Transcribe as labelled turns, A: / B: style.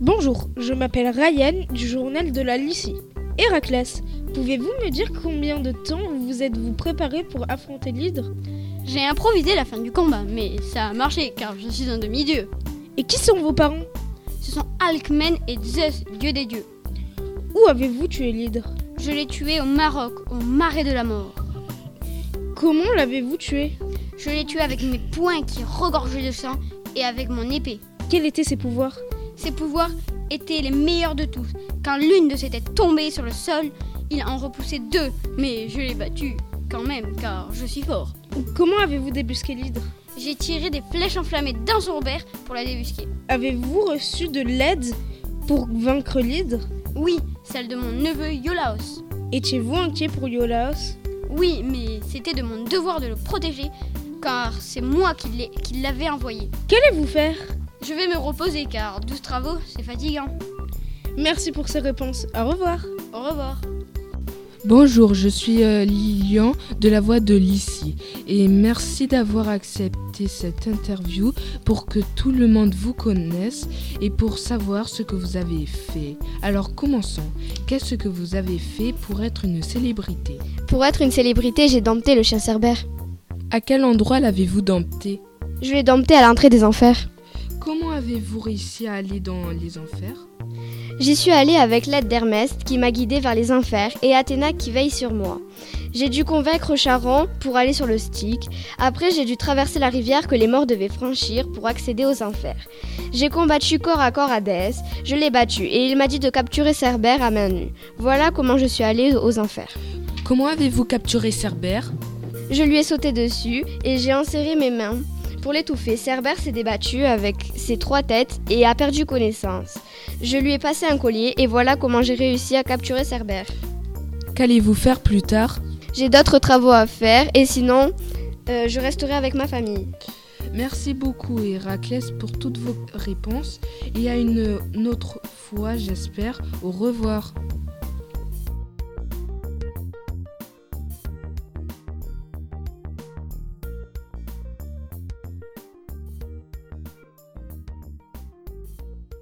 A: Bonjour, je m'appelle Ryan du journal de la Lucie. Héraclès, pouvez-vous me dire combien de temps vous êtes-vous préparé pour affronter l'hydre
B: J'ai improvisé la fin du combat, mais ça a marché car je suis un demi-dieu.
A: Et qui sont vos parents
B: Ce sont Alcmen et Zeus, dieu des dieux.
A: Où avez-vous tué l'hydre
B: Je l'ai tué au Maroc, au marais de la mort.
A: Comment l'avez-vous tué
B: Je l'ai tué avec mes poings qui regorgeaient de sang et avec mon épée.
A: Quels étaient ses pouvoirs
B: Ses pouvoirs étaient les meilleurs de tous. Quand l'une de s'était tombée sur le sol, il en repoussait deux, mais je l'ai battu quand même car je suis fort.
A: Comment avez-vous débusqué l'hydre
B: J'ai tiré des flèches enflammées dans son robert pour la débusquer.
A: Avez-vous reçu de l'aide pour vaincre l'hydre
B: Oui, celle de mon neveu Iolaos.
A: Étiez-vous inquiet pour Iolaos
B: Oui, mais c'était de mon devoir de le protéger car c'est moi qui l'ai- qui l'avais envoyé.
A: Qu'allez-vous faire
B: Je vais me reposer car 12 travaux, c'est fatigant.
A: Merci pour ces réponses. Au revoir.
B: Au revoir.
C: Bonjour, je suis euh, Lilian de la voix de Lissi et merci d'avoir accepté cette interview pour que tout le monde vous connaisse et pour savoir ce que vous avez fait. Alors commençons. Qu'est-ce que vous avez fait pour être une célébrité
D: Pour être une célébrité, j'ai dompté le chien Cerbère.
C: À quel endroit l'avez-vous dompté
D: Je l'ai dompté à l'entrée des enfers.
C: Comment avez-vous réussi à aller dans les enfers
D: J'y suis allée avec l'aide d'Hermès qui m'a guidée vers les enfers et Athéna qui veille sur moi. J'ai dû convaincre Charon pour aller sur le Styx. Après, j'ai dû traverser la rivière que les morts devaient franchir pour accéder aux enfers. J'ai combattu corps à corps Hadès. Je l'ai battu et il m'a dit de capturer Cerbère à main nue. Voilà comment je suis allée aux enfers.
C: Comment avez-vous capturé Cerbère
D: Je lui ai sauté dessus et j'ai enserré mes mains. Pour l'étouffer, Cerbère s'est débattu avec ses trois têtes et a perdu connaissance. Je lui ai passé un collier et voilà comment j'ai réussi à capturer Cerbère.
C: Qu'allez-vous faire plus tard
D: J'ai d'autres travaux à faire et sinon, euh, je resterai avec ma famille.
C: Merci beaucoup Héraclès pour toutes vos réponses et à une autre fois j'espère. Au revoir.